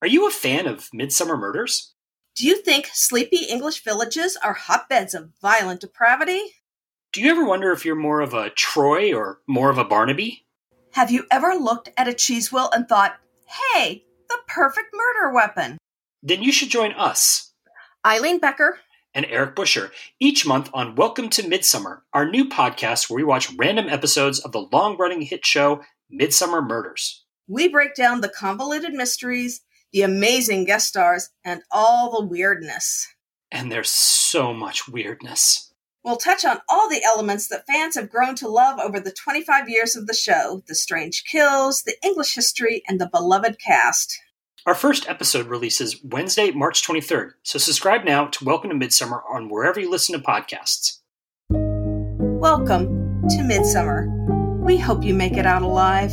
Are you a fan of Midsummer Murders? Do you think sleepy English villages are hotbeds of violent depravity? Do you ever wonder if you're more of a Troy or more of a Barnaby? Have you ever looked at a cheese wheel and thought, hey, the perfect murder weapon? Then you should join us Eileen Becker, and Eric Busher each month on Welcome to Midsummer, our new podcast where we watch random episodes of the long running hit show Midsummer Murders. we break down the convoluted mysteries, the amazing guest stars, and all the weirdness. And there's so much weirdness. We'll touch on all the elements that fans have grown to love over the 25 years of the show the strange kills, the English history, and the beloved cast. Our first episode releases Wednesday, March 23rd, so subscribe now to Welcome to Midsummer on wherever you listen to podcasts. Welcome to Midsummer. We hope you make it out alive.